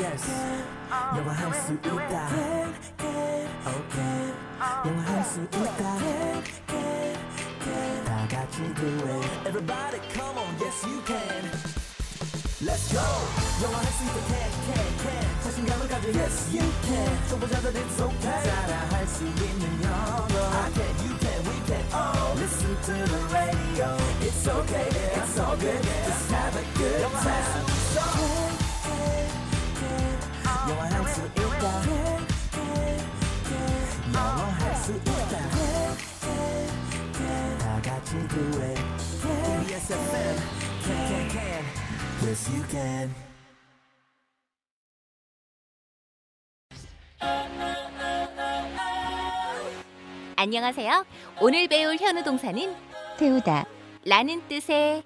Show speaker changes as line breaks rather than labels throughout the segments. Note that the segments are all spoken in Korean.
yes 영화할 수 있다 okay 영화할 수 있다 다 같이 do it everybody come on yes you can Let's go 영화할 수 있다 can can can 자신감을 가져 yes you can 초보자들 it's okay 따라할 수 있는 영어 I can you can we can all listen to the radio it's okay yeah, it's all good just have a good time 영화할 수 있다 영화할 수 있다 다 같이 do it KBS FM can can can yes you can
안녕하세요. 오늘 배울 현우 동사는
태우다
라는 뜻의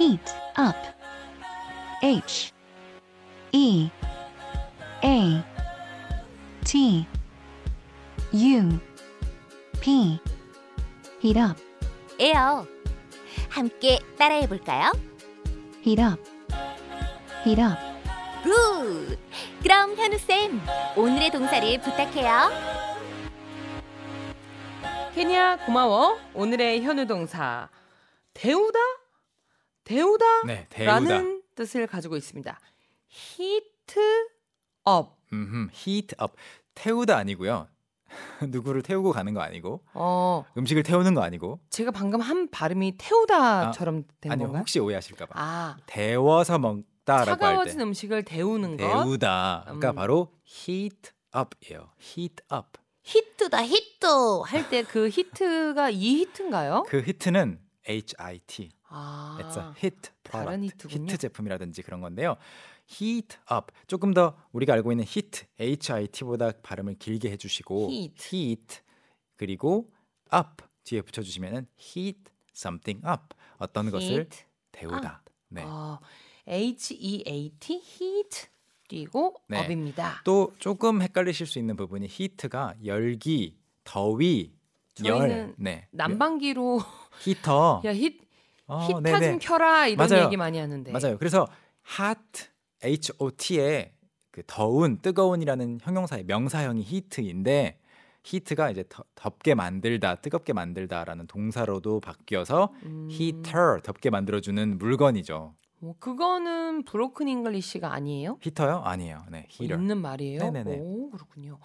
heat up H E A T U P heat up
에요. 함께 따라해 볼까요?
heat up heat up
굿! 그럼 현우쌤, 오늘의 동사를 부탁해요.
케냐 고마워. 오늘의 현우 동사 데우다 데우다라는
네, 데우다.
뜻을 가지고 있습니다. 히트 업.
음, heat up. 태우다 아니고요. 누구를 태우고 가는 거 아니고
어,
음식을 태우는 거 아니고
제가 방금 한 발음이 태우다처럼 된
아니요
건가요?
혹시 오해하실까 봐.
아,
데워서 먹다라고 할
차가워진
때
음식을 데우는 것.
데우다가
음.
바로 heat up이에요. heat up.
히트다, 히트!
할 때 그 히트가 이 히트인가요?
그 히트는 H I T.
아,
It's a hit
다른
product.
히트군요.
히트 제품이라든지 그런 건데요. heat up. 조금 더 우리가 알고 있는 heat, H I T보다 발음을 길게 해 주시고
Heat.
heat 그리고 up 뒤에 붙여 주시면은 heat something up. 어떤 것을
히트.
데우다. 네.
어, H E A T 히트 그리고
네.
업입니다.
또 조금 헷갈리실 수 있는 부분이 히트가 열기, 더위,
저희는
열. 네.
난방기로
히터.
야 히,
어,
히타
네네.
좀 켜라 이런
맞아요.
얘기 많이 하는데
맞아요. 그래서 hot, H-O-T의 그 더운, 뜨거운이라는 형용사의 명사형이 히트인데 히트가 이제 더- 덥게 만들다, 뜨겁게 만들다라는 동사로도 바뀌어서
음,
히터, 덥게 만들어주는 물건이죠.
뭐 그거는 브로큰 잉글리시가 아니에요? 뭐
히터요? 아니에요. 네, 히터.
있는 말이에요?
네네네.
오 그렇군요.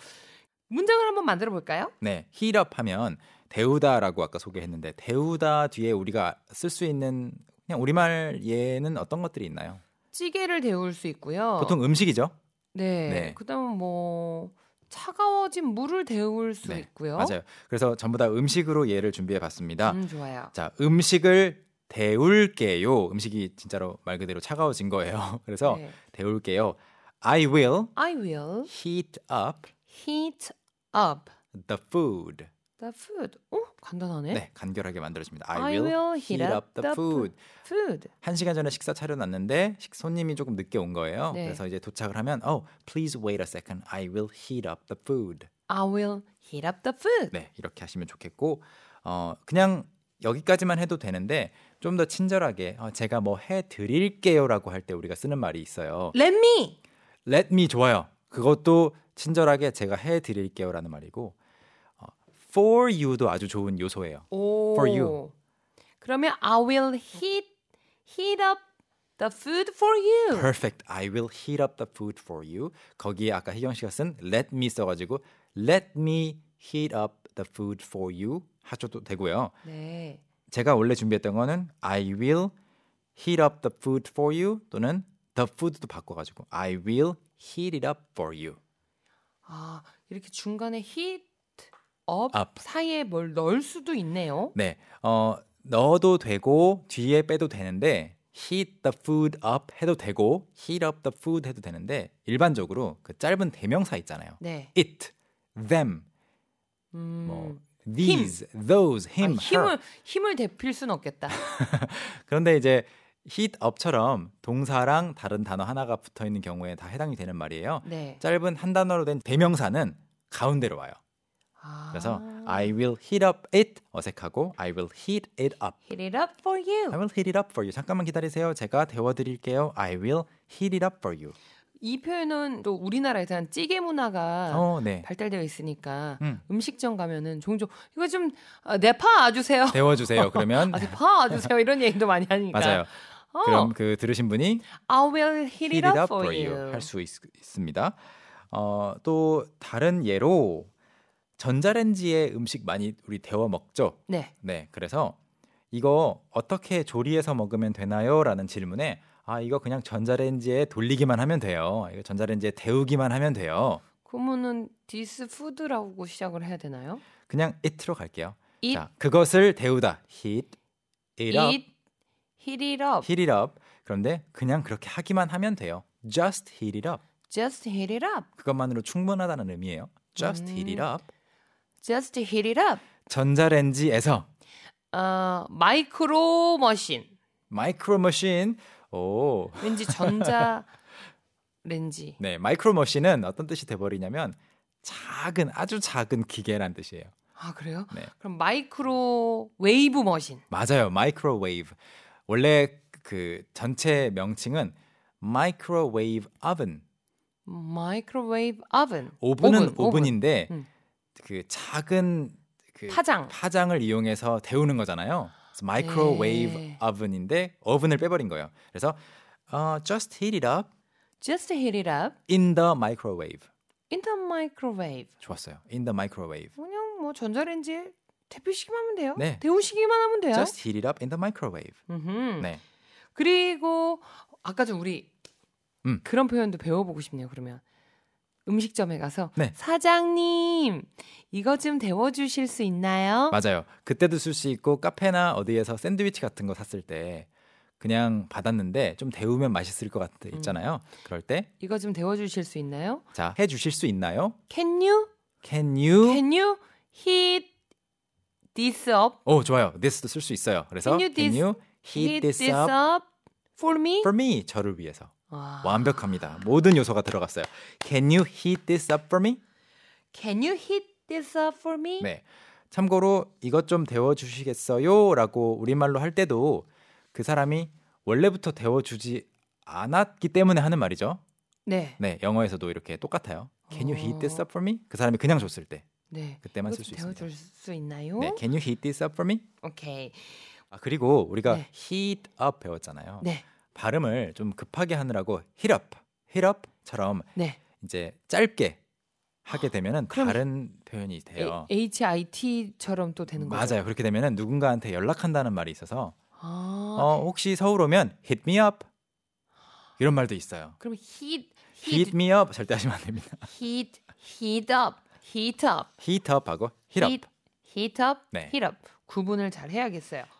문장을 한번 만들어 볼까요?
네, heat up 하면 데우다라고 아까 소개했는데 데우다 뒤에 우리가 쓸 수 있는 그냥 우리말 예는 어떤 것들이 있나요?
찌개를 데울 수 어. 있고요.
보통 음식이죠.
네.
네.
그다음 뭐 차가워진 물을 데울 수
네,
있고요.
맞아요. 그래서 전부 다 음식으로 예를 준비해 봤습니다.
음 좋아요.
자, 음식을 데울게요. 음식이 진짜로 말 그대로 차가워진 거예요. 그래서
네.
데울게요. I will
I will
heat up
heat up
the food.
the food. 오 간단하네.
네, 간결하게 만들어집니다.
I will heat up the
food.
Food.
한 시간 전에 식사 차려놨는데 식- 손님이 조금 늦게 온 거예요.
네.
그래서 이제 도착을 하면 oh please wait a second. I will heat up the food.
I will heat up the food.
네 이렇게 하시면 좋겠고 어 그냥 여기까지만 해도 되는데 좀 더 친절하게 어, 제가 뭐 해드릴게요라고 할 때 우리가 쓰는 말이 있어요.
Let me.
Let me 좋아요. 그것도 친절하게 제가 해드릴게요라는 말이고 어, for you도 아주 좋은 요소예요.
오.
For you.
그러면 I will heat heat up the food for you.
Perfect. I will heat up the food for you. 거기에 아까 혜경 씨가 쓴 let me 써가지고 let me heat up the food for you 하셔도 되고요.
네.
제가 원래 준비했던 거는 I will heat up the food for you 또는 the food도 바꿔가지고 I will heat it up for you.
아, 이렇게 중간에 heat up,
Up.
사이에 뭘 넣을 수도 있네요.
네, 어 넣어도 되고 뒤에 빼도 되는데 heat the food up 해도 되고 heat up the food 해도 되는데 일반적으로 그 짧은 대명사 있잖아요.
네.
it, them,
음.
뭐 these, those,
아,
him, her.
힘을 힘을 대필 순 없겠다.
그런데 이제 heat up처럼 동사랑 다른 단어 하나가 붙어 있는 경우에 다 해당이 되는 말이에요.
네.
짧은 한 단어로 된 대명사는 가운데로 와요.
아,
그래서 I will heat up it 어색하고 I will heat it up.
heat it up for you.
I will heat it up for you. 잠깐만 기다리세요. 제가 데워 드릴게요. I will heat it up for you.
이 표현은 또 우리나라에서는 찌개 문화가
어, 네.
발달되어 있으니까
음.
음식점 가면은 종종 이거 좀 아, 내파 아주세요.
데워주세요. 그러면
아, 파 아주세요. 이런 얘기도 많이 하니까.
네, 맞아요.
어,
그럼 그 들으신 분이
I will heat it up for you.
할수 있습니다. 어, 또 다른 예로 전자레인지에 음식 많이 우리 데워 먹죠.
네.
네, 그래서 이거 어떻게 조리해서 먹으면 되나요?라는 질문에 아 이거 그냥 전자레인지에 돌리기만 하면 돼요. 이거 전자레인지에 데우기만 하면 돼요.
그러면은 this food라고 시작을 해야 되나요?
그냥 it로 갈게요.
It.
자, 그것을 데우다 heat it up,
Eat, heat it up.
heat it up. 그런데 그냥 그렇게 하기만 하면 돼요. Just heat it up.
Just heat it up.
그것만으로 충분하다는 의미예요. Just heat it up.
Just heat it up.
전자레인지에서
어, 마이크로 머신.
마이크로 머신 오.
왠지 전자 렌지.
네, 마이크로 머신은 어떤 뜻이 돼 버리냐면 작은 아주 작은 기계란 뜻이에요.
아, 그래요?
네.
그럼 마이크로 웨이브 머신.
맞아요. 마이크로웨이브. 원래 그 전체 명칭은 마이크로웨이브 오븐.
마이크로웨이브 오븐.
오븐은 오븐, 인데
음.
그 작은 그
파장.
을 이용해서 데우는 거잖아요. 그래서 마이크로웨이브
네.
오븐인데 오븐을 빼버린 거예요. 그래서 어, just heat it up
Just heat it up
in the microwave.
in the microwave.
좋았어요. in the microwave.
그냥 뭐 전자레인지에 데피시기만 하면 돼요.
네.
데우시기만 하면 돼요.
just heat it up in the microwave.
음흠.
네.
그리고 아까 전 우리
음.
그런 표현도 배워보고 싶네요. 그러면 음식점에 가서
네.
사장님 이거 좀 데워주실 수 있나요?
맞아요. 그때도 쓸 수 있고 카페나 어디에서 샌드위치 같은 거 샀을 때 그냥 받았는데 좀 데우면 맛있을 것
음.
같아 있잖아요. 그럴 때 자
이거 좀 데워주실 수 있나요?
해주실 수 있나요?
Can you
Can you?
Can you heat this up?
오 좋아요. This도 쓸 수 있어요. 그래서
Can you this-
heat, this, up,
for me?
for me? 저를 위해서
와.
완벽합니다. 모든 요소가 들어갔어요. Can you heat this up for me?
Can you heat this up for me?
네. 참고로 이것 좀 데워 주시겠어요라고 우리말로 할 때도 그 사람이 원래부터 데워 주지 않았기 때문에 하는 말이죠.
네.
네, 영어에서도 이렇게 똑같아요. Can you heat
어.
this up for me? 그 사람이 그냥 줬을 때
네.
그때만
이거
쓸 수
좀
있습니다.
데워줄 수 있나요?
네, Can you heat this up for me?
오케이.
아, 그리고 우리가
네.
heat up 배웠잖아요.
네.
발음을 좀 급하게 하느라고 heat up, heat up처럼
네.
이제 짧게 하게 되면은
아, 그럼
다른 표현이 돼요.
H I T처럼 또 되는 거죠.
맞아요. 그렇게 되면은 누군가한테 연락한다는 말이 있어서
아,
어, 혹시 서울 오면 hit me up 이런 말도 있어요.
그럼 heat,
hit
heat,
me up 절대 하시면 안 됩니다.
heat, heat up, heat up,
heat up하고 hit up.
heat, heat up,
네.
heat up. 구분을 잘 해야겠어요.